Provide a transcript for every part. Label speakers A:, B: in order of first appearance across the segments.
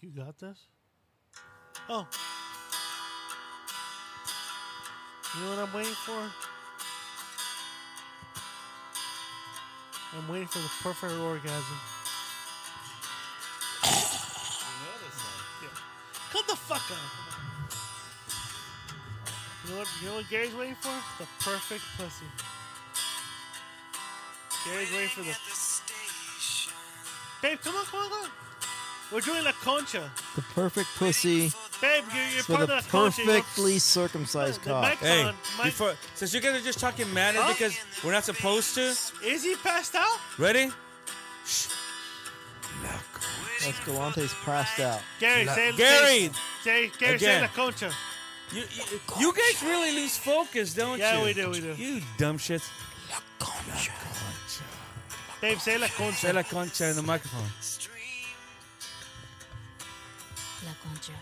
A: you got this? Oh. You know what I'm waiting for? I'm waiting for the perfect orgasm. Come the fuck on. You know what? You know what Gary's waiting for? The perfect pussy. Gary's waiting for the. Babe, come on, come on, come on. We're doing La Concha.
B: The perfect pussy
A: Babe, you're, you're
B: for
A: part of
B: the
A: La Concha. You don't-
B: perfectly circumcised
A: The mic-
B: cock.
C: Hey,
A: on, Mike.
C: before, since you guys are just talking manners
A: Huh?
C: because we're not supposed to,
A: Is he passed out?
C: ready?
B: Escalante's passed out.
A: Gary, say
C: Gary!
A: Say, say, Gary, say
C: Again.
A: La Concha.
C: You, you, you guys really lose focus, don't
A: Yeah,
C: you?
A: we do, we do.
C: You dumb shits.
A: Babe, say La
C: Say
A: Concha.
C: la concha in the microphone.
D: La Concha.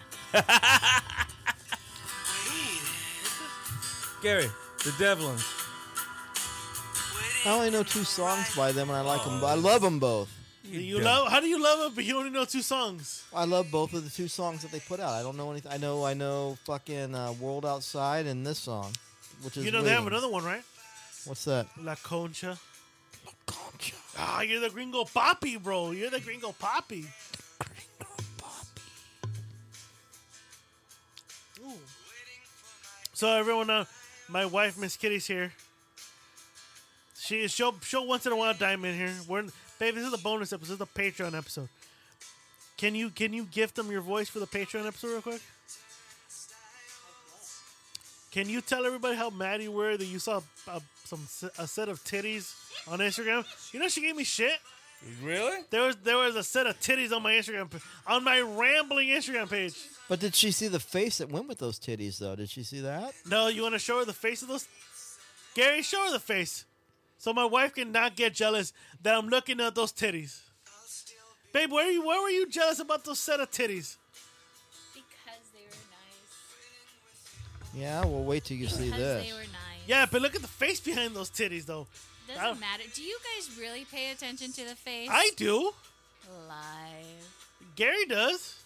C: Gary, the Devlins.
B: I only know two songs by them, and I like them. I love them both.
A: you love? How do you love it? But you only know two songs.
B: I love both of the two songs that they put out. I don't know anything. I know, I know, fucking uh, "World Outside" and this song, which is
A: You know they have
B: Waiting.
A: another one, right?
B: What's that?
A: La Concha. La Concha. Ah, you're the gringo poppy, bro. You're the gringo poppy. Ooh. So everyone, uh, my wife Miss Kitty's here. She is she'll, she'll once in a while dime in here. We're in, babe. This is a bonus episode. This is a Patreon episode. Can you can you gift them your voice for the Patreon episode real quick? Can you tell everybody how mad you were that you saw a, some a set of titties on Instagram? You know she gave me shit.
C: Really?
A: There was there was a set of titties on my Instagram pa- on my rambling Instagram page.
B: But did she see the face that went with those titties, though? Did she see that?
A: No, you want to show her the face of those? Gary, show her the face, so my wife cannot get jealous that I'm looking at those titties. Babe, where you? Where were you jealous about those set of titties?
D: Because they were nice.
B: Yeah, well, wait till you see
D: Because
B: this.
D: they were nice.
A: Yeah, but look at the face behind those titties, though. I don't-
D: Doesn't matter. Do you guys really pay attention to the face?
A: I do.
D: Live.
A: Gary does.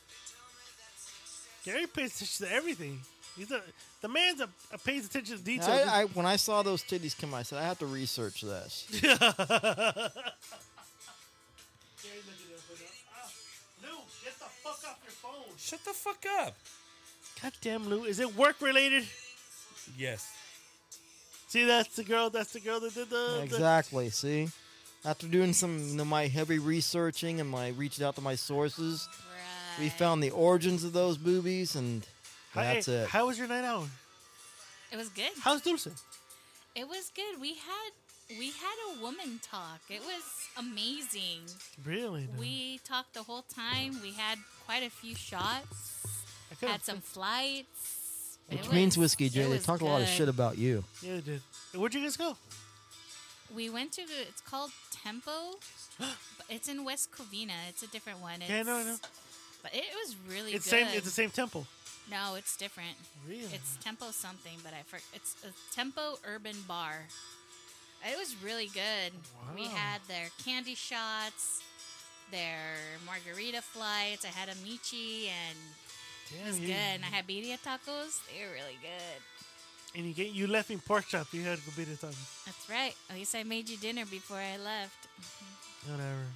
A: Gary pays attention to everything. He's a the man's a, a pays attention to
B: Now,
A: detail.
B: I, I, when I saw those titties come, I said, I have to research this.
A: Ah, Lou, get the fuck off your phone.
C: Shut the fuck up.
A: God damn, Lou. Is it work related?
C: Yes.
A: See, that's the girl. That's the girl that did the.
B: exactly. See, after doing some you know, my heavy researching and my reaching out to my sources,
D: Right.
B: we found the origins of those boobies, and
A: The, Hey,
B: that's it.
A: How was your night out?
D: It was good.
A: How's Dulce?
D: It was good. We had we had a woman talk. It was amazing.
A: Really? no.
D: We talked the whole time. We had quite a few shots.
A: I couldn't-
D: Had some flights. It
B: Which means
D: was-
B: whiskey, Jay.
D: it
B: They
D: was
B: talk a lot of
D: good.
B: shit about you.
A: Yeah, it did. Where'd you guys go?
D: We went to the, it's called Tempo. but it's in West Covina. It's a different one. It's,
A: Yeah, I know, I know.
D: But it was really
A: It's
D: good.
A: same. It's the same temple.
D: No, it's different.
A: Really?
D: It's Tempo something, but I for, it's a Tempo Urban Bar. It was really good. We
A: Wow.
D: had their candy shots, their margarita flights. I had a michi, and it
A: damn,
D: was
A: you,
D: good. And I had birria tacos. They were really good.
A: And you get you left me pork chop. You had to go beat it on.
D: That's right. At least I made you dinner before I left.
A: Whatever.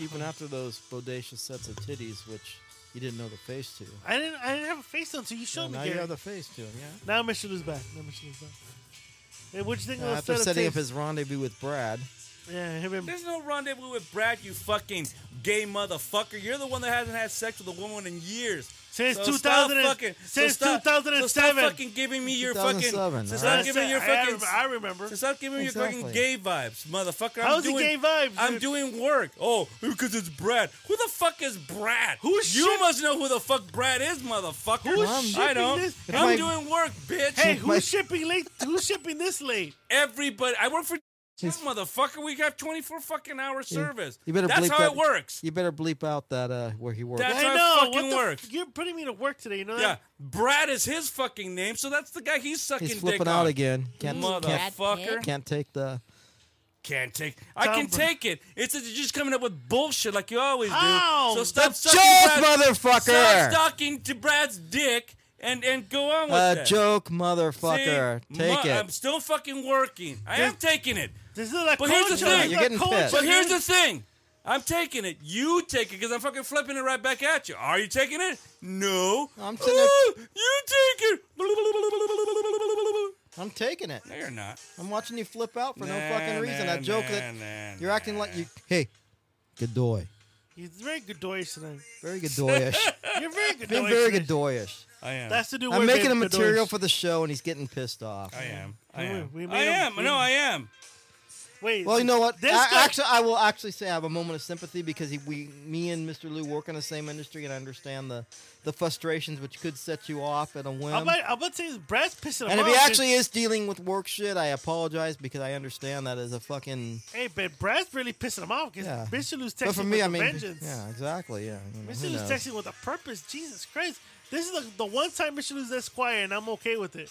B: Even after those bodacious sets of titties, which you didn't know the face to.
A: I didn't. I didn't have a face on, so you showed
B: Well,
A: me.
B: now
A: Gary.
B: you have the face to him, yeah.
A: Now Mr. Lou's back. Now Mr. Lou's back. Hey, what'd you think
B: Uh,
A: of
B: after
A: those set of
B: setting up
A: tapes?
B: his rendezvous with Brad,
A: Yeah, him and
C: There's no rendezvous with Brad, you fucking gay motherfucker. You're the one that hasn't had sex with a woman in years.
A: Since
C: So
A: 2000 and-
C: stop fucking,
A: since
C: so stop, So stop
A: 2007.
C: fucking giving me your fucking.
B: 2007,
C: So
B: all
C: stop
B: right.
C: giving your
A: I- I
C: fucking.
A: rem- I remember.
C: So stop giving me your fucking
B: Exactly.
C: gay vibes, motherfucker. I'm
A: How's the
C: doing,
A: gay vibes?
C: I'm doing work. Oh, because it's Brad. Who the fuck is Brad?
A: Who's
C: you?
A: ship-
C: must know who the fuck Brad is, motherfucker.
A: Who's
C: I
A: shipping
C: don't.
A: this?
C: I'm
B: Like-
C: doing work, bitch.
A: Hey,
B: Dude,
A: who's
B: my-
A: shipping late? Who's shipping this late?
C: everybody. I work for. This motherfucker, we have 24 fucking hour service.
B: you better
C: That's
B: bleep
C: how
B: that,
C: it works.
B: You better bleep out that uh, where he works.
C: That's-
A: I
C: how it
A: know.
C: fucking
A: what the
C: works.
A: F- you're putting me to work today. You know
C: Yeah,
A: that?
C: Brad is his fucking name, so that's the guy he's sucking
B: He's
C: dick
B: flipping
C: on.
B: out again. Can't,
D: Mother-
B: can't
D: Brad
C: Motherfucker.
D: Pitt.
B: can't take the
C: can't take. I can
A: Tom-
C: take it. It's that you're just coming up with bullshit like you always do.
A: Ow!
C: so stop
B: The
C: sucking
B: joke,
C: Brad's-
B: motherfucker!
C: Stop sucking to Brad's dick and and go on with
B: A
C: that.
B: joke, motherfucker.
C: See?
B: Take
C: Mu-
B: it.
C: I'm still fucking working. I am taking it.
A: This is a
C: But here's
A: culture.
C: the thing.
A: This is
B: You're
A: a
B: getting
A: culture.
B: pissed.
C: But here's the thing. I'm taking it. You take it because I'm fucking flipping it right back at you. Are you taking it? No.
B: I'm sitting there-
C: Ooh, You take it.
B: I'm taking it.
C: No, you're not.
B: I'm watching you flip out for no
C: Nah,
B: fucking reason.
C: nah,
B: That joke
C: nah,
B: that
C: nah,
B: you're acting
C: nah.
B: like you. Hey, Godoy.
A: He's very Godoyish tonight.
B: Very Godoyish.
A: You're very Godoyish.
B: Being very
A: tonight.
B: Godoyish.
C: I am.
A: That's to do.
B: I'm
A: with
B: making
A: baby
B: a material
A: Godoyish.
B: for the show, and he's getting pissed off.
C: I am. I
A: We-
C: am.
A: we
C: I
A: made
C: am.
A: him-
C: No, I am.
A: Wait.
B: Well, you know what?
A: This
B: I,
A: guy-
B: actually, I will actually say I have a moment of sympathy because he, we, me and Mr. Lou work in the same industry, and I understand the, the frustrations which could set you off at a whim.
A: I'm about, I'm about to say Brad's pissing him
B: and if
A: off.
B: he
A: dude.
B: actually is dealing with work shit, I apologize because I understand that is a fucking.
A: hey, but Brad's really pissing him off because
B: Yeah.
A: Mr. Lou's texting
B: But for me,
A: with
B: I
A: a
B: mean,
A: vengeance.
B: yeah, exactly, yeah. you know,
A: Mr.
B: who
A: Lou's
B: knows?
A: texting with a purpose. Jesus Christ. This is the, the one time Mr. Lou's this quiet, and I'm okay with it.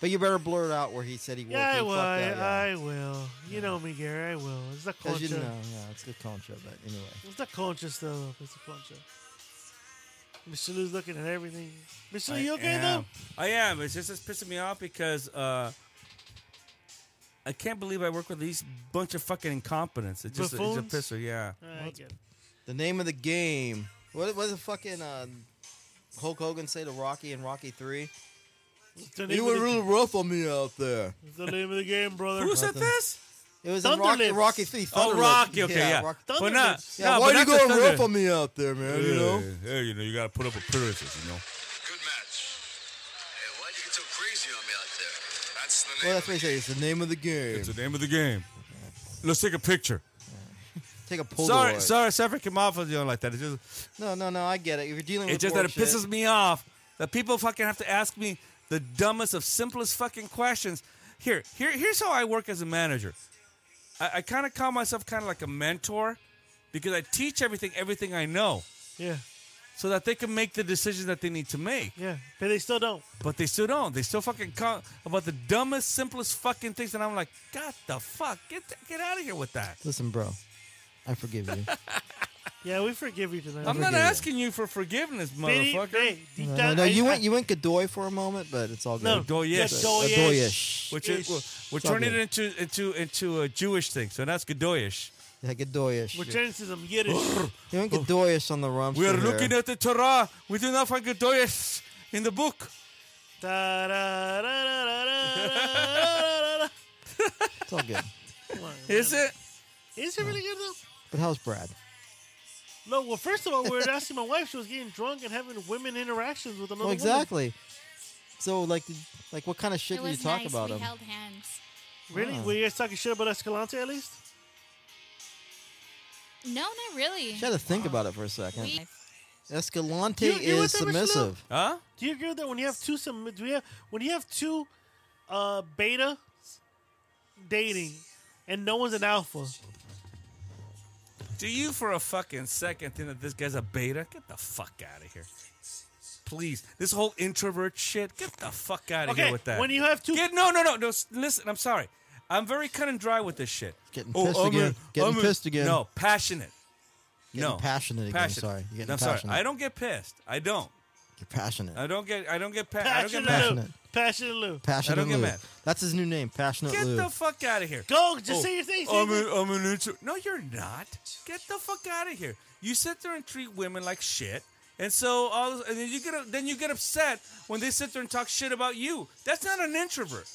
B: But you better blurt out where he said he worked.
A: Yeah, I
B: he
A: will.
B: fucked out, yeah.
A: I, I will. You know me, Gary. I will. It's the
B: Because
A: culture.
B: you know, yeah, it's the contra, but anyway.
A: It's the culture stuff. It's the culture. Mr. Lou's looking at everything. Mr. Lou,
C: I
A: you okay
C: am.
A: though?
C: I am. It's just it's pissing me off because uh, I can't believe I work with these bunch of fucking incompetents. It's just
A: Buffoons?
C: it's a pisser. Yeah.
A: All right, good.
B: The name of the game. What was the fucking uh, Hulk Hogan say to Rocky in Rocky 3?
A: It's the name
B: You
A: of
B: were
A: the-
B: really rough on me out there.
A: it's the name of the game, brother.
C: Who said
B: nothing.
C: this?
B: It was in
A: Thunder
B: Rocky,
A: Lips.
B: Rocky 3.
C: Oh,
B: Thunder Lips.
C: Rocky. Okay, yeah.
B: Rocky-
A: Thunder
C: But not.
A: Lips.
B: Yeah,
C: no, but
B: why you
C: not the
B: going rough
C: Thunder.
B: on me out there, man? You know?
C: Yeah, you know, you gotta put up appearances, you know.
E: Good match. Hey, why'd you get so crazy on me out there? That's the
B: Well,
E: name.
B: that's what he said. It's the name of the game.
C: It's the name of the game. Let's take a picture.
B: Take a Polaroid.
C: Sorry, sorry, Suffer came off with you like that. It's just,
B: No, no, no. I get it. If you're dealing
C: it's
B: with
C: just that
B: work
C: it pisses me off that people fucking have to ask me the dumbest of simplest fucking questions. Here, here, here's how I work as a manager. I, I kind of call myself kind of like a mentor because I teach everything, everything I know,
A: Yeah,
C: so that they can make the decisions that they need to make.
A: yeah. But they still don't.
C: But they still don't. They still fucking call about the dumbest, simplest fucking things, and I'm like, God the fuck, get get out of here with that.
B: shit. Listen, bro. I forgive you.
A: Yeah, we forgive you tonight.
C: I'm not
B: forgive you.
C: asking you for forgiveness,
A: Biddy,
C: motherfucker.
A: hey, deep
B: no, no,
A: down,
B: no,
A: I-
B: you
A: I-
B: went you went Godoy for a moment, but it's all good.
A: No,
C: Godoyish.
A: yes,
B: Godoyish.
A: Godoyish.
C: Which is, we're, we're turning it into into into a Jewish thing, so that's Godoyish.
B: Yeah, Godoyish.
A: We're turning to some Yiddish.
B: You went Godoyish on the rump.
C: We are Oh. looking at the Torah. We do not find Godoyish in the book.
A: Da-da-da-da-da-da-da-da-da.
B: It's all good.
A: Come on, man.
C: Is it?
A: Is it really good though?
B: But how's Brad?
A: No. Well, first of all, we were asking my wife. She was getting drunk and having women interactions with another
B: Well,
A: woman.
B: exactly. So, like, did- like, what kind of shit
D: it
B: did you
D: was
B: talk
D: nice.
B: about
D: we
B: him?
D: held hands.
A: Really?
B: Ah.
A: Were you guys talking shit about Escalante at least?
D: No, not really.
B: You had to think about it for a second.
D: We-
B: Escalante
A: You- you
B: is
A: with them, Mr. Lou?
B: submissive.
C: Huh?
A: Do you agree with that when you have two some do you have, when you have two uh beta dating and no one's an alpha?
C: Do you for a fucking second think that this guy's a beta? Get the fuck out of here. Please, this whole introvert shit. Get the fuck out of
A: Okay.
C: here with that.
A: When you have two
C: Get, no, no, no, no. s- Listen, I'm sorry. I'm very cut and dry with this shit.
B: Getting pissed again. Getting pissed again.
C: No, passionate.
B: Getting
C: no,
B: passionate again.
C: Passionate.
B: Sorry. You're getting
C: I'm
B: passionate.
C: sorry. I don't get pissed. I don't.
B: You're passionate.
C: I don't get. I don't get. Pa- I don't get
A: passionate
C: mad.
A: Lou. Passionate Lou.
B: passionate
C: I don't get
B: Lou.
C: mad.
B: That's his new name, Passionate
C: Get
B: Lou.
C: the fuck out of here. Oh,
A: Go,
B: Oh.
A: just say your thing. Say
C: I'm,
A: your
C: a, I'm an intro. No, you're not. Get the fuck out of here. You sit there and treat women like shit, and so all and then you get then you get upset when they sit there and talk shit about you. That's not an introvert.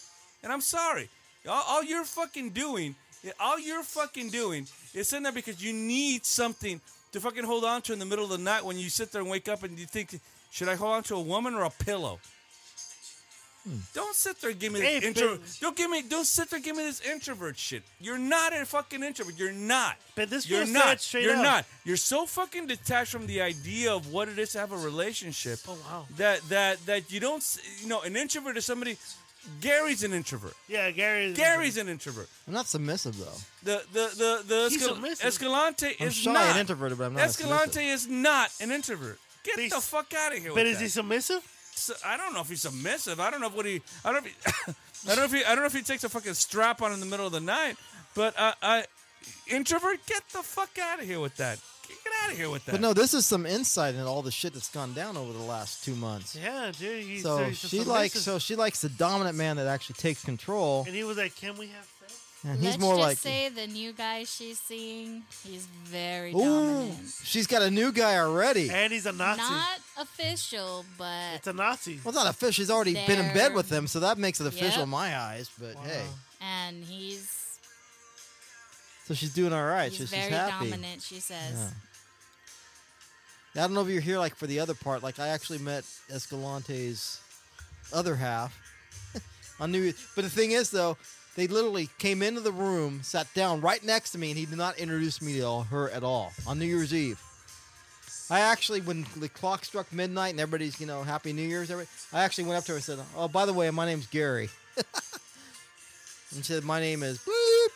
C: And I'm sorry. All, all you're fucking doing, all you're fucking doing is sitting there because you need something to fucking hold on to in the middle of the night when you sit there and wake up and you think, should I hold on to a woman or a pillow? Don't sit there and give me this
A: Hey,
C: intro.
A: but-
C: Don't give me. Don't sit there and give me this introvert shit. You're not a fucking introvert. You're not.
A: But this
C: you're
A: girl said
C: not.
A: it straight
C: you're
A: out.
C: not. You're so fucking detached from the idea of what it is to have a relationship.
A: Oh, wow.
C: That that that you don't. s- You know, an introvert is somebody. Gary's an introvert.
A: Yeah, Gary. is-
C: Gary's an introvert.
B: I'm not submissive though.
C: The the the the
A: He's
C: Escal-
A: submissive.
C: Escalante
B: I'm
C: is
B: shy
C: not
B: and introverted, but I'm not.
C: Escalante
B: submissive.
C: is not an introvert.
A: But
C: Get the
A: he's-
C: fuck out of here.
A: But
C: with
A: is
C: that.
A: he submissive?
C: So, I don't know if he's submissive. I don't know what he. I don't. Know if he, I don't know if he. I don't know if he takes a fucking strap on in the middle of the night. But uh, uh, introvert, get the fuck out of here with that. Get out of here with that.
B: But no, this is some insight into all the shit that's gone down over the last two months.
A: Yeah, dude. He's,
B: So
A: he's just
B: she
A: a
B: likes
A: racist.
B: so she likes the dominant man that actually takes control,
A: And he was like, "Can we have sex?"
B: and he's
D: Let's
B: more
D: just
B: like,
D: say the new guy she's seeing, he's very
B: "Ooh,
D: dominant.
B: she's got a new guy already."
A: And he's a Nazi.
D: Not official, but
A: it's a Nazi.
B: Well, it's not official. She's already been in bed
D: There.
B: with him, so that makes it official
D: Yep.
B: in my eyes. But hey,
D: and he's
B: so she's doing all right.
D: he's
B: so she's
D: very
B: happy.
D: dominant. She says.
B: Yeah. Now, I don't know if you're here like for the other part. Like I actually met Escalante's other half on New Year's. But the thing is, though, they literally came into the room, sat down right next to me, and he did not introduce me to her at all on New Year's Eve. I actually, when the clock struck midnight and everybody's, you know, Happy New Year's, everybody, I actually went up to her and said, "Oh, by the way, my name's Gary." and she said, "My name is bloop."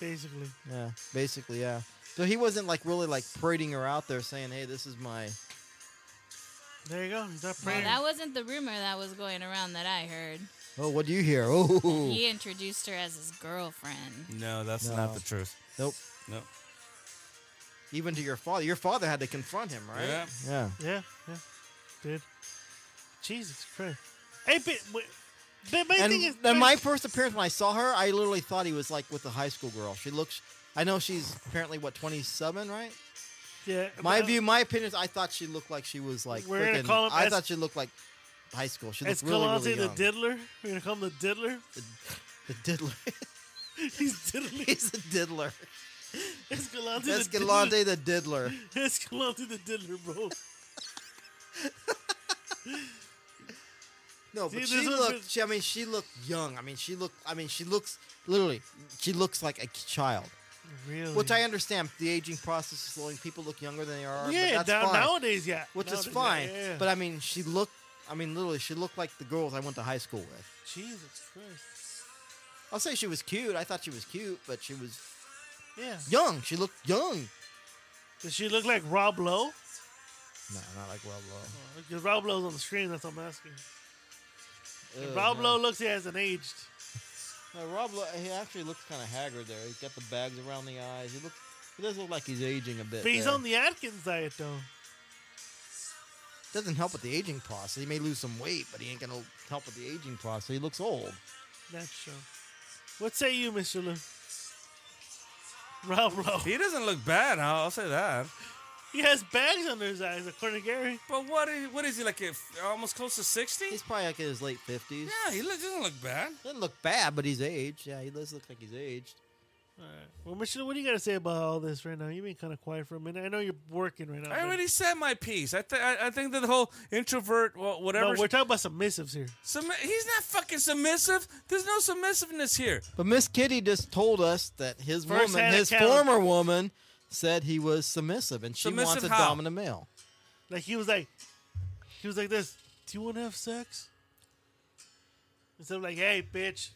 A: Basically,
B: Yeah, basically, yeah. So he wasn't like really like parading her out there saying, "Hey, this is my."
A: there you go. He's not
D: Well,
A: praying.
D: that wasn't the rumor that was going around that I heard.
B: Oh, what do you hear? Oh,
D: He introduced her as his girlfriend.
C: no, that's
B: No.
C: not the truth.
B: nope.
C: No.
B: Even to your father, your father had to confront him, right?
C: Yeah.
B: Yeah.
A: yeah, yeah, dude. Jesus Christ. Hey, but, but the main
B: And,
A: thing is,
B: and my first appearance when I saw her, I literally thought he was like with a high school girl. She looks. I know she's apparently what twenty seven, right?
A: yeah,
B: My
A: but- uh,
B: view, my opinion is, I thought she looked like she was like.
A: We're gonna
B: frickin-
A: call him
B: I
A: Es-
B: thought she looked like high school. She looked really,
A: Escalante
B: really young.
A: the diddler. We're gonna call him the diddler.
B: the diddler.
A: He's diddling.
B: He's a diddler.
A: Escalante. the diddler.
B: Escalante the diddler.
A: Escalante the diddler, bro.
B: No,
A: See,
B: but
A: this
B: she
A: is-
B: looked. She, I mean, she looked young. I mean, she looked. I mean, she looks literally. She looks like a child,
A: Really?
B: which I understand. The aging process is slowing. People look younger than they are.
A: Yeah,
B: but that's
A: now,
B: fine,
A: nowadays, yeah.
B: which is
A: Nowadays, yeah,
B: fine.
A: yeah, yeah.
B: But I mean, she looked. I mean, literally, she looked like the girls I went to high school with.
A: Jesus Christ.
B: I'll say she was cute. I thought she was cute, but she was
A: Yeah.
B: young. She looked young.
A: Does she look like Rob Lowe?
B: No, not like Rob Lowe.
A: Because Rob Lowe's on the screen, that's what I'm asking. And
B: Ew,
A: Rob
B: no.
A: Lowe looks he hasn't aged.
B: No, Rob Lowe. He actually looks kind of haggard there. He's got the bags around the eyes. He looks. He does look like he's aging a bit.
A: But he's
B: there.
A: on the Atkins diet, though.
B: doesn't help with the aging process. He may lose some weight, but he ain't gonna help with the aging process. He looks old.
A: That's true. What say you, Mr. Lou? Rob Lowe.
C: He doesn't look bad. I'll I'll say that.
A: He has bags under his eyes, according to Gary.
C: But what is what is he like? If almost close to sixty?
B: He's probably like in his late fifties.
C: Yeah, he look, doesn't look bad.
B: Doesn't look bad, but he's aged. Yeah, he does look like he's aged.
A: All right. Well, Mr. Lou, what do you got to say about all this right now? You've been kind of quiet for a minute. I know you're working right now.
C: I
A: but-
C: already said my piece. I, th- I I think that the whole introvert,
A: No,
C: well, whatever.
A: we're talking about submissives here.
C: submi- he's not fucking submissive. There's no submissiveness here.
B: But Miss Kitty just told us that his
A: First
B: woman,
A: hand
B: his
A: account.
B: former woman, said he was submissive, and she wants
C: Submissive
B: a
C: how?
B: dominant male.
A: Like he was like, he was like this. Do you want to have sex? Instead of like, hey, bitch,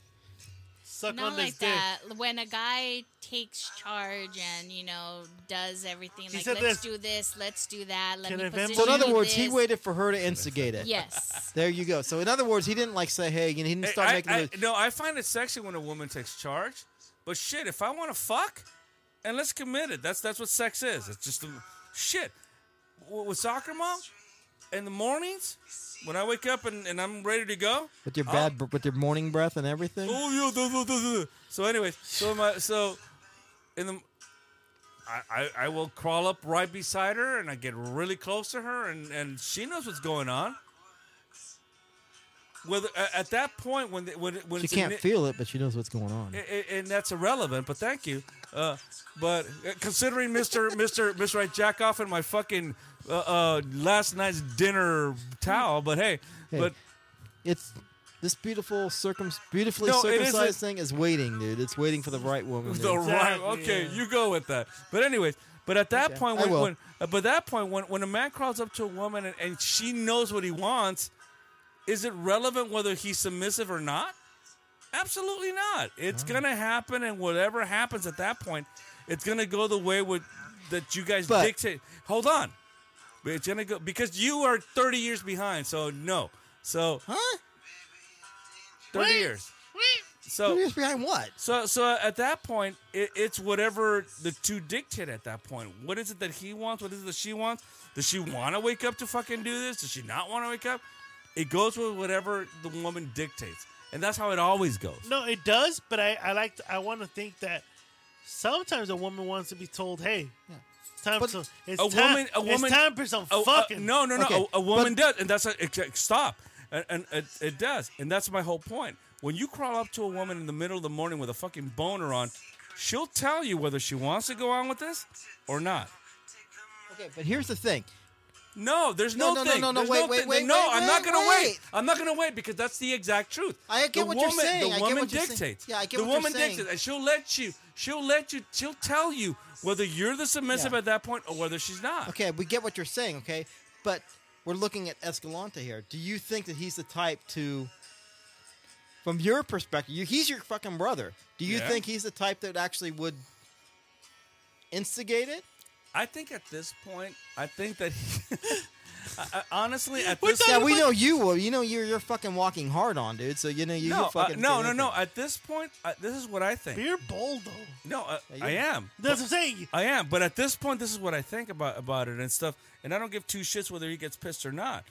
A: suck
D: Not
A: on
D: like
A: this
D: that. When a guy takes charge and you know does everything,
A: He
D: like
A: said
D: let's
A: this.
D: do this, let's do that, let
A: Can I
D: me
A: vamp-
D: position
B: So in other
D: you
B: words, he
D: this.
B: waited for her to instigate it.
D: Yes,
B: There you go. So in other words, he didn't like say, "Hey," you know, he didn't
C: Hey,
B: start
C: I-
B: making.
C: I-
B: moves.
C: no, I find it sexy when a woman takes charge. But shit, if I want to fuck, and let's commit it. That's that's what sex is. It's just a, shit. W- With soccer mom, in the mornings, when I wake up and, and I'm ready to go.
B: with your bad, br- with your morning breath and everything.
C: Oh yeah. duh, duh, duh, duh, duh. So anyways, so my so in the I, I I will crawl up right beside her and I get really close to her and and she knows what's going on. Whether a- at that point when the, when it- when
B: she
C: it's
B: can't
C: ini-
B: feel it, but she knows what's going on.
C: a- a- and that's irrelevant, but thank you. Uh, but uh, considering Mister Mister Mister, I jack off in my fucking uh, uh, last night's dinner towel. But hey,
B: Hey,
C: but
B: it's this beautiful circum beautifully
C: No, it
B: circumcised
C: isn't-
B: thing is waiting, dude. It's waiting for the right woman.
C: the
B: dude.
C: right.
A: Exactly,
C: Okay,
A: yeah.
C: you go with that. But anyways, but at that
B: Okay,
C: point,
B: I
C: when,
B: will.
C: when uh, but that point, when when a man crawls up to a woman and, and she knows what he wants, is it relevant whether he's submissive or not? Absolutely not. It's
B: Oh.
C: gonna happen, and whatever happens at that point, it's gonna go the way with that you guys
B: But-
C: dictate. Hold on, But it's gonna go because you are thirty years behind. So no, so
B: Huh?
C: thirty
A: Wait.
C: years.
A: dick.
C: So
B: Two years behind what?
C: So, so at that point, it, it's whatever the two dictate at that point. What is it that he wants? What is it that she wants? Does she want to wake up to fucking do this? Does she not want to wake up? It goes with whatever the woman dictates, and that's how it always goes.
A: No, it does, but I, I like to, I want to think that sometimes a woman wants to be told, "Hey, it's time
B: But
A: for it's
C: a
A: time,
C: woman- a woman-
A: it's time for some
C: Oh, uh,
A: fucking."
C: no, no, no.
B: Okay,
C: A, a woman does, and that's a, ex- ex- stop. And, and it, it does, and that's my whole point. When you crawl up to a woman in the middle of the morning with a fucking boner on, she'll tell you whether she wants to go on with this or not.
B: Okay, but here's the thing.
C: No, there's no,
B: No, no, no,
C: thing.
B: no, no,
C: There's
B: wait,
C: no
B: wait,
C: thing.
B: wait,
C: no,
B: wait,
C: I'm not
B: wait,
C: gonna wait.
B: wait.
C: I'm not gonna wait because that's the exact truth.
B: I get
C: the
B: what you're
C: woman,
B: saying.
C: The
B: I get
C: woman
B: what you're saying.
C: dictates.
B: Yeah, I get
C: The
B: what you're
C: woman
B: saying.
C: dictates, and she'll let you. She'll let you. She'll tell you whether you're the submissive
B: Yeah.
C: at that point or whether she's not.
B: Okay, we get what you're saying, okay? But we're looking at Escalante here. Do you think that he's the type to from your perspective, you, he's your fucking brother. Do you
C: Yeah.
B: think he's the type that actually would instigate it?
C: I think at this point, I think that. I, I, honestly, at
B: Yeah,
C: this
B: we know you will. You know you're you're fucking walking hard on, dude. So you know you
C: no,
B: you'll
C: uh,
B: fucking
C: no,
B: do
C: no, no.
B: anything.
C: At this point, I, this is what I think.
A: But you're bold though.
C: No, uh,
B: Yeah,
C: I
B: you-
C: am.
A: That's what I'm saying.
C: I am, but at this point, this is what I think about about it and stuff, and I don't give two shits whether he gets pissed or not.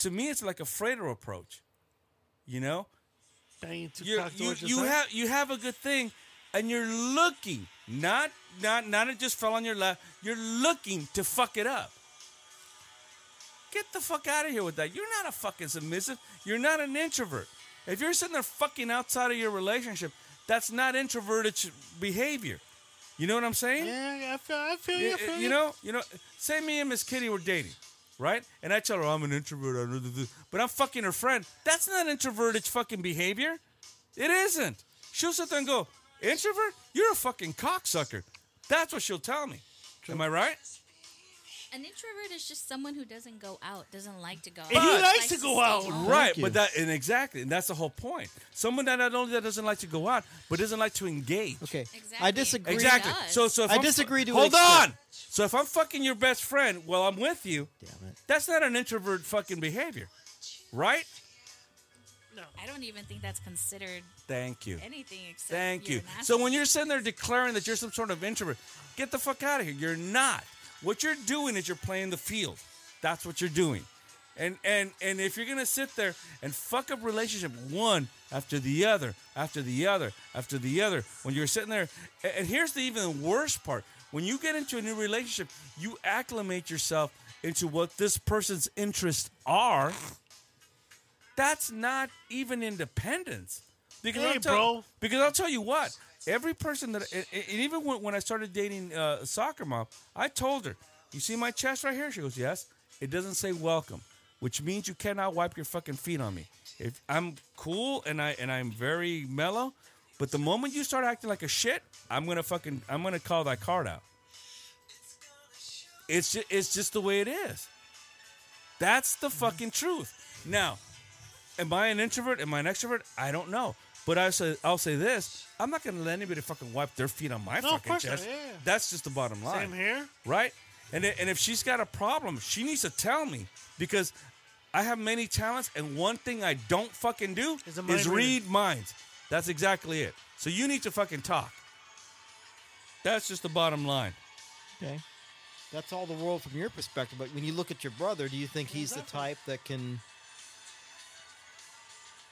C: To me, it's like a freighter approach. You know,
A: Dang, two
C: you
A: cocks to
C: you,
A: watch the
C: you
A: sun.
C: have you have a good thing, and you're looking not not not it just fell on your lap. You're looking to fuck it up. Get the fuck out of here with that. You're not a fucking submissive. You're not an introvert. If you're sitting there fucking outside of your relationship, that's not introverted sh- behavior. You know what I'm saying?
A: Yeah, I feel, I feel you. I
C: Eh, you,
A: feel
C: you know, you know. Say me and Miss Kitty were dating, right? And I tell her I'm an introvert, I don't do- but I'm fucking her friend. That's not introverted fucking behavior. It isn't. She'll sit there and go, introvert, you're a fucking cocksucker. That's what she'll tell me. Am I right?
D: An introvert is just someone who doesn't go out, doesn't like to go out.
A: he
D: just
A: likes to go
D: stay
A: out.
D: home.
C: Right,
B: you.
C: but that and exactly, and that's the whole point. Someone that not only that doesn't like to go out, but doesn't like to engage.
B: Okay, I
D: Exactly.
B: disagree.
C: Exactly.
D: does.
C: So, so if
B: I
C: I'm-
B: disagree to an
C: hold
B: extent.
C: on. So if I'm fucking your best friend while I'm with you,
B: Damn it.
C: That's not an introvert fucking behavior, right?
D: I don't even think that's considered
C: Thank you.
D: anything except.
C: Thank
D: you're
C: you.
D: an
C: So
D: asshole.
C: when you're sitting there declaring that you're some sort of introvert, get the fuck out of here. You're not. What you're doing is you're playing the field. That's what you're doing. And and and if you're gonna sit there and fuck up relationship one after the other, after the other, after the other, when you're sitting there, and and here's the even worse part: when you get into a new relationship, you acclimate yourself into what this person's interests are. That's not even independence. Because
A: Hey,
C: I'll tell,
A: bro.
C: Because I'll tell you what, every person that, and and even when, when I started dating uh, soccer mom, I told her, "You see my chest right here?" She goes, "Yes." It doesn't say welcome, which means you cannot wipe your fucking feet on me. If I'm cool and I and I'm very mellow, but the moment you start acting like a shit, I'm gonna fucking I'm gonna call that card out. It's just, it's just the way it is. That's the fucking truth. Now, am I an introvert? Am I an extrovert? I don't know. But I say, I'll say this: I'm not going to let anybody fucking wipe their feet on my
A: No, of
C: fucking
A: course not.
C: chest.
A: Yeah, yeah.
C: That's just the bottom line,
A: Same here.
C: right? And i- and if she's got a problem, she needs to tell me because I have many talents, and one thing I don't fucking do
A: Is a mind
C: is
A: reader.
C: read minds. That's exactly it. So you need to fucking talk. That's just the bottom line.
B: Okay. That's all the world from your perspective, but when you look at your brother, do you think he's the type that can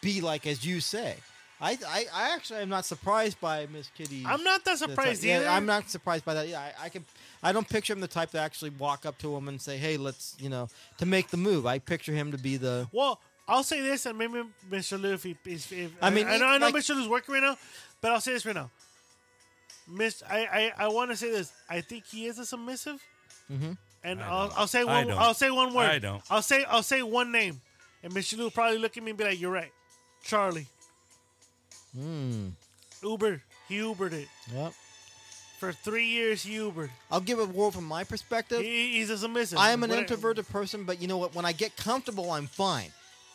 B: be like as you say? I, I, I actually am not surprised by Miss Kitty.
A: I'm not that
B: the
A: surprised
B: type- yeah,
A: either.
B: I'm not surprised by that. Yeah, I, I can. I don't picture him the type to actually walk up to him and say, "Hey, let's," you know, to make the move. I picture him to be the.
A: Well, I'll say this, and maybe Mr. Lou, if, he, if, if
B: I mean,
A: I, know, I know
B: like-
A: Mr. Lou's working right now, but I'll say this right now. Miss, I, I, I want to say this. I think he is a submissive, mm-hmm. and I'll, I'll say one.
C: don't.
A: I'll say one word.
C: I don't.
A: I'll say I'll say one name, and Mr. Lou will probably look at me and be like, "You're right, Charlie."
B: Hmm.
A: Uber. He Ubered it
B: Yep.
A: for three years. He Ubered.
B: I'll give a world from my perspective.
A: He, he's a submissive.
B: I am an
A: What-
B: introverted person, but you know what? When I get comfortable, I'm fine.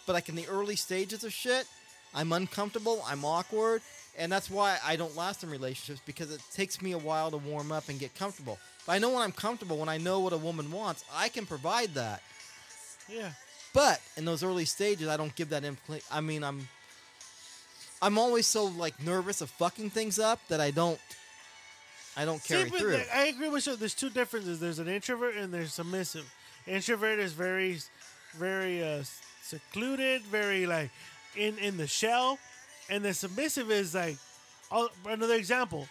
B: But like in the early stages of shit, I'm uncomfortable, I'm awkward, and that's why I don't last in relationships because it takes me a while to warm up and get comfortable. But I know when I'm comfortable, when I know what a woman wants, I can provide that.
A: Yeah.
B: But in those early stages, I don't give that impl- I mean, I'm I'm always so like nervous of fucking things up that I don't I don't carry
A: See, but
B: through.
A: like, I agree with you. There's two differences. There's an introvert and there's submissive. Introvert is very, very uh, secluded, very like in in the shell, and the submissive is like oh, another example.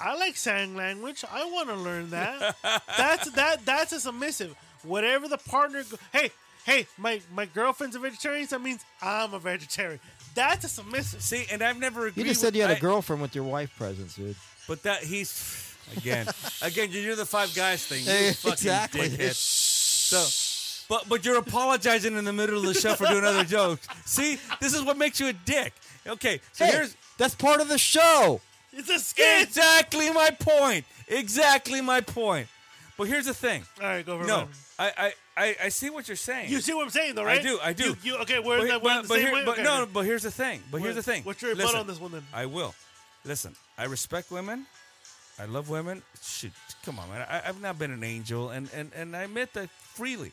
A: I like sign language. I want to learn that. that's that. That's a submissive. Whatever the partner. Go- hey, hey, my my girlfriend's a vegetarian. So that means I'm a vegetarian. That's a submissive.
C: See, and I've never agreed.
B: you just
C: with-
B: said you had
C: I-
B: a girlfriend with your wife present, dude.
C: But that he's again, again. You're the five guys thing. You
B: Hey,
C: fucking
B: Eh, exactly.
C: dickhead. So, but but you're apologizing in the middle of the show for doing other jokes. See, this is what makes you a dick. Okay, so
B: hey,
C: here's
B: that's part of the show.
A: It's a skit.
C: exactly my point. Exactly my point. But here's the thing.
A: All right, go for it.
C: No,
A: Rob.
C: I I I, I see what you're saying.
A: You see what I'm saying, though,
C: I
A: right?
C: do, I do.
A: You, you, okay, we're, in
C: but,
A: the, we're in
C: but-
A: the
C: but
A: same
C: here-
A: way.
C: but
A: okay,
C: no,
A: okay.
C: but here's the thing. But here's the thing.
A: What's your rebuttal
C: Listen,
A: on this one, then?
C: I will. Listen, I respect women. I love women. Shoot, come on, man. I, I've not been an angel, and, and, and I admit that freely.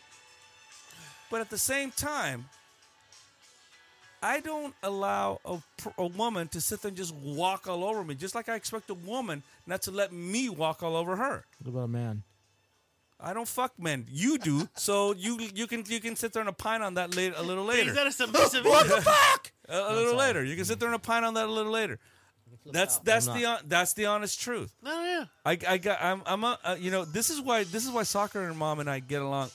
C: But at the same time, I don't allow a, pr- a woman to sit there and just walk all over me, just like I expect a woman not to let me walk all over her.
B: What about a man?
C: I don't fuck men. You do, so you you can you can sit there and opine on that late, a little later.
A: Is that a submissive?
C: a, a little later. You can sit there and opine on that a little later. That's that's the hon- that's the honest truth.
A: no, yeah.
C: I, I got I'm I'm a, uh, you know this is why this is why soccer and mom and I get along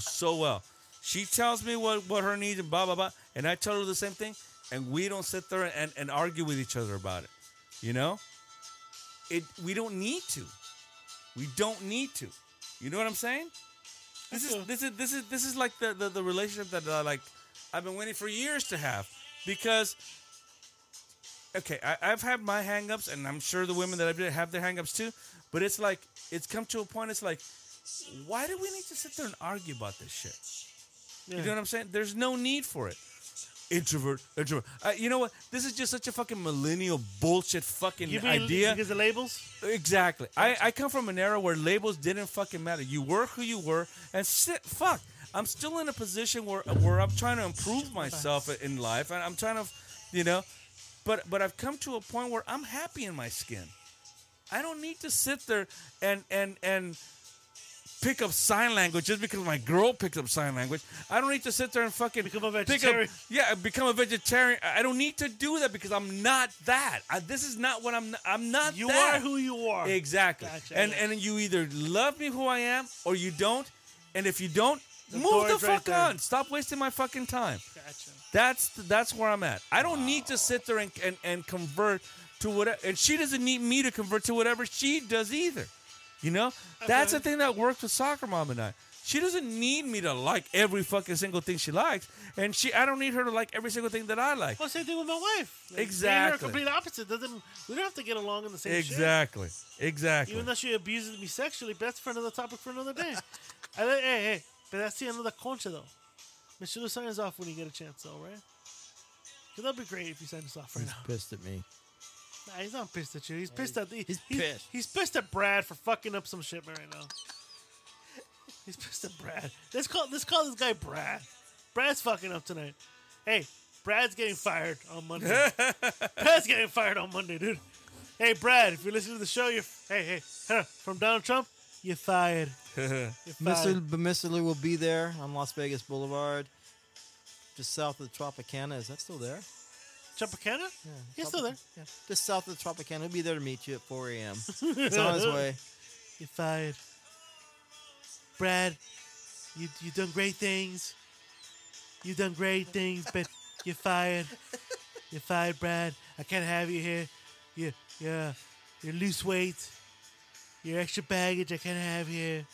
C: so well. She tells me what what her needs and blah blah blah, and I tell her the same thing, and we don't sit there and and argue with each other about it. You know, it we don't need to. We don't need to. You know what I'm saying? This is this is this is this is like the the, the relationship that uh, like I've been waiting for years to have because okay, I, I've had my hangups, and I'm sure the women that I've dated have their hangups too. But it's like it's come to a point. It's like, why do we need to sit there and argue about this shit? You know what I'm saying? There's no need for it. Introvert, introvert. Uh, you know what? This is just such a fucking millennial bullshit fucking
A: You mean
C: idea.
A: because the labels?
C: Exactly. I, I come from an era where labels didn't fucking matter. You were who you were, and shit, fuck. I'm still in a position where where I'm trying to improve myself in life, and I'm trying to, you know, but but I've come to a point where I'm happy in my skin. I don't need to sit there and and and pick up sign language just because my girl picked up sign language. I don't need to sit there and fucking
A: Become a
C: pick up-
A: vegetarian.
C: yeah, become a vegetarian. I I don't need to do that because I'm not that. I, this is not what I'm. n- I'm not.
A: You
C: that.
A: are who you are.
C: Exactly.
A: Gotcha,
C: and
A: yeah.
C: and you either love me who I am or you don't. And if you don't,
A: The
C: move the
A: door's right
C: fuck
A: there.
C: on. Stop wasting my fucking time.
A: Gotcha.
C: That's that's where I'm at. I don't need to sit there and, and and convert to whatever. And she doesn't need me to convert to whatever she does either. You know, that's the thing that worked with soccer mom and I. She doesn't need me to like every fucking single thing she likes, and she I don't need her to like every single thing that I like.
A: Well, same thing with my wife. Like, Me
C: Exactly.
A: and her are complete opposite. Doesn't we don't have to get along in the same shit.
C: Exactly. Exactly.
A: Even though she abuses me sexually, but that's for another topic for another day. I like, hey, hey, but that's the end of the concha though. Make sure to sign us off when you get a chance, though, right? Cause that'd be great if you sign us off right now.
B: Pissed at me.
A: Nah, he's not pissed at you. He's pissed at the.
B: he's
A: he's,
B: pissed.
A: He's pissed at Brad for fucking up some shit right now. He's pissed at Brad. Let's call let's call this guy Brad. Brad's fucking up tonight. Hey, Brad's getting fired on Monday. Brad's getting fired on Monday, dude. Hey, Brad, if you're listening to the show, you're hey hey huh, from Donald Trump, you're fired. You're
B: Mr.
A: fired.
B: L- Mr. Lou will be there on Las Vegas Boulevard, just south of Tropicana. Is that still there?
A: Tropicana? He's still there.
B: Yeah. Just south of Tropicana. He'll be there to meet you at 4 a.m. It's on his way.
A: You're fired. Brad, you you done great things. You've done great things, but you're fired. You're fired, Brad. I can't have you here. You yeah, you're loose weight. Your extra baggage I can't have here.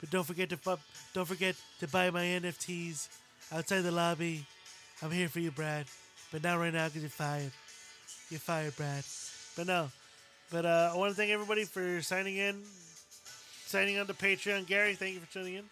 A: But don't forget to fu- don't forget to buy my NFTs outside the lobby. I'm here for you, Brad. But not right now because you're fired. You're fired, Brad. But no. But uh, I want to thank everybody for signing in, signing on to Patreon. Gary, thank you for tuning in.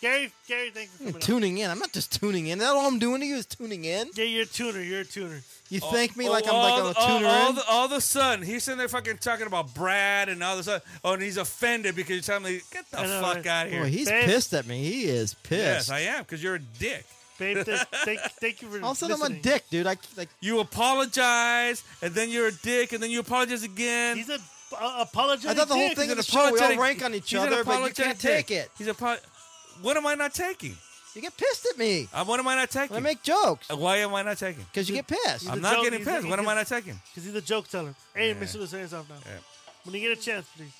A: Gary, Gary, thank you for coming. on.
B: Tuning in. I'm not just tuning in. That's all I'm doing to you is tuning in.
A: Yeah, you're a tuner. You're a tuner.
B: You thank me like
C: Oh,
B: I'm like I'm a
C: all-
B: tuner
C: All, all,
B: in.
C: the, all the sudden, he's sitting there fucking talking about Brad and all this. Other, oh, and he's offended because you're telling me, get the
A: I know,
C: fuck
A: right?
C: out of here.
B: Boy, Oh, he's
A: Babe.
B: pissed at me. He is pissed.
C: yes, I am because you're a dick.
A: Babe, th- thank, thank you for
B: All of a sudden, I'm a
A: listening.
B: dick, dude. I like
C: You apologize, and then you're a dick, and then you apologize again.
A: He's a uh, apologetic
B: I thought the whole
A: dick.
B: thing
C: He's
B: is
C: an
B: the show. We all
C: apologetic-
B: rank on each
C: he's an
B: other, but you
C: apologetic
B: can't take
C: dick.
B: it.
C: He's a. Po- what am I not taking?
B: You get pissed at me
C: Uh, What am I not taking?
B: when I make jokes
C: Uh, Why am I not taking?
B: because you get pissed.
A: a
C: I'm not
A: joke.
C: getting
A: He's a-
C: pissed. What
A: he's
C: am I
A: a-
C: not taking?
A: Because he's a joke teller. Hey,
C: Yeah.
A: Mr. Say yourself now.
C: Yeah.
A: When you get a chance, please.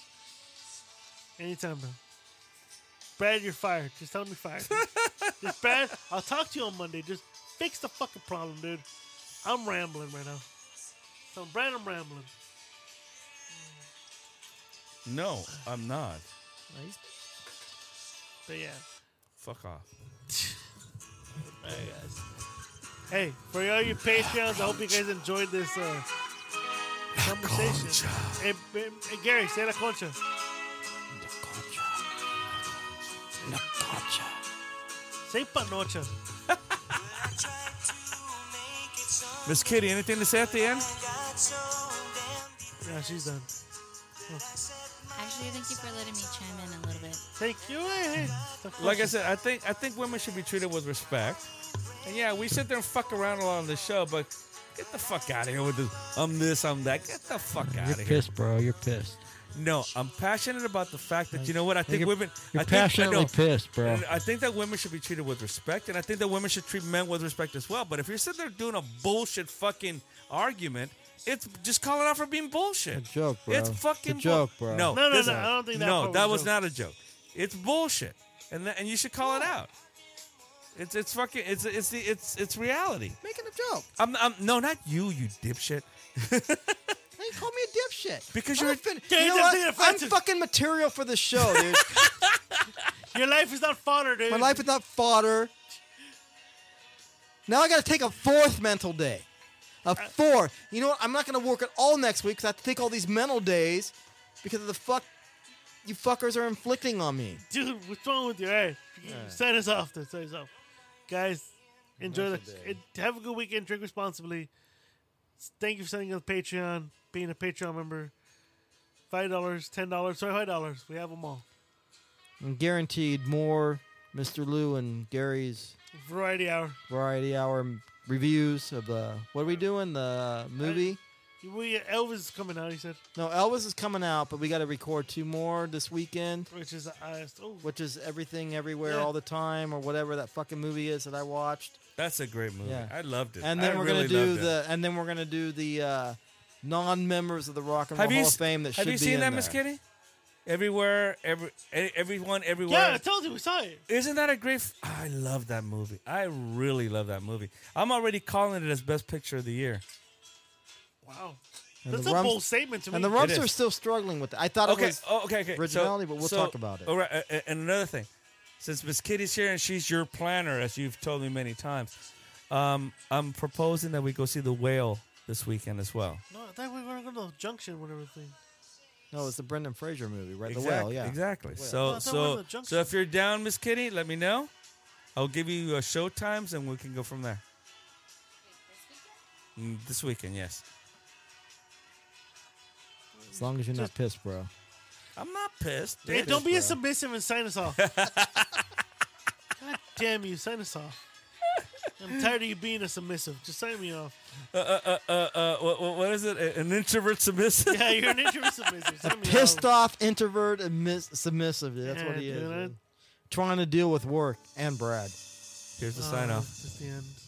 A: Anytime now. Brad, you're fired. Just tell me you're fired. Just Brad, I'll talk to you on Monday. Just fix the fucking problem, dude. I'm rambling right now. So Brad, I'm rambling.
C: No, I'm not.
A: But yeah.
C: Fuck off.
A: Hey, for all your Patreons, I hope you guys enjoyed this uh, conversation. Hey, hey, hey, Gary, say la concha. Say panocha.
C: Miss Kitty, anything to say at the end?
A: Yeah, she's done.
D: Actually, thank you for letting me chime in a little bit.
A: Thank you. eh, Hey, hey. The
C: Like I
A: concha.
C: said, I think I think women should be treated with respect. And yeah, we sit there and fuck around a lot on the show, but get the fuck out of here with this. I'm this, I'm that. Get the fuck out of here.
F: bro. You're pissed.
C: No, I'm passionate about the fact that you know what I think
F: You're-
C: women.
F: You're
C: I think,
F: passionately
C: no,
F: pissed, bro.
C: I think that women should be treated with respect, and I think that women should treat men with respect as well. But if you're sitting there doing a bullshit fucking argument, it's just calling out for being bullshit.
B: It's a joke, bro.
C: It's
B: It's a
C: fucking
B: joke,
C: bull-
B: bro.
C: No,
A: No, no,
C: this-
A: no, I don't think that
C: No,
A: part
C: that
A: was
C: was
A: a
C: not a joke. It's bullshit, and that, and you should call it out. It's it's fucking it's it's the it's it's reality.
B: Making a joke.
C: I'm, I'm no not you you dipshit.
B: They call me a dipshit
C: Because
B: I'm
C: you're-
B: offend-
A: Yeah,
B: you know
A: he's
B: what?
A: definitely
B: I'm
A: offensive.
B: fucking material for the show, dude.
A: Your life is not fodder, dude.
B: My life is not fodder. Now I got to take a fourth mental day. A fourth. You know what? I'm not going to work at all next week because I have to take all these mental days because of the fuck you fuckers are inflicting on me.
A: Dude, what's wrong with you? Hey, sign us off. Then sign us off, guys. Enjoy the. it- Have a good weekend. Drink responsibly. S- Thank you for signing up with Patreon, being a Patreon member. Five dollars, ten dollars, sorry, five dollars. We have them all.
B: And guaranteed more Mr. Lou and Gary's
A: Variety hour.
B: Variety Hour reviews of the. What are we doing? The uh, movie?
A: We Elvis is coming out. He said,
B: No, Elvis is coming out, but we got to record two more this weekend.
A: which is uh, oh,
B: Which is everything, everywhere,
A: Yeah.
B: all the time, or whatever that fucking movie is that I watched.
C: That's a great movie.
B: Yeah.
C: I loved it.
B: and then
C: I
B: we're
C: really
B: gonna do
C: loved it.
B: the and then we're gonna do the uh, non-members of the Rock and Roll Hall of
C: s-
B: Fame that
C: have
B: should
C: you
B: be
C: seen
B: in
C: that,
B: there.
C: Miss Kitty? Everywhere, every, e- everyone, everywhere.
A: yeah, I told you we saw it.
C: Isn't that a great? F- I love that movie. I really love that movie. I'm already calling it as best picture of the year.
A: Wow,
B: And
A: that's
B: the
A: a
B: Rumps-
A: bold statement to me.
B: And the
C: It
B: Rumps
C: is.
B: are still struggling with it. I thought it
C: Okay,
B: was
C: oh, okay, okay. So-
B: originality, but we'll
C: so-
B: talk about it.
C: All right, a- a- and another thing, since Miss Kitty's here and she's your planner, as you've told me many times, um, I'm proposing that we go see the whale this weekend as well.
A: no, I thought we were going to the junction, whatever thing.
B: no, it's the Brendan Fraser movie, right?
C: exactly,
B: The whale, yeah.
C: Exactly.
A: Well,
C: So,
A: I thought we were
C: so,
A: the junction.
C: so if you're down, Miss Kitty, let me know. I'll give you uh, show times, and we can go from there. Mm, This weekend, yes.
B: As long as you're not pissed, bro.
C: I'm not pissed.
A: Hey,
C: dude.
A: don't be a submissive and sign us off. God damn you, sign us off. I'm tired of you being a submissive. Just sign me off.
C: uh, uh, uh, uh, what, what- what is it? A- An introvert submissive?
A: Yeah, you're an introvert submissive. Sign me
B: Pissed
A: off.
B: off, introvert, and mis- submissive. Dude. That's what
A: Yeah,
B: he is.
A: dude, I-
B: dude. Trying to deal with work and Brad.
C: Here's the
A: Oh,
C: sign off.
A: Just the end.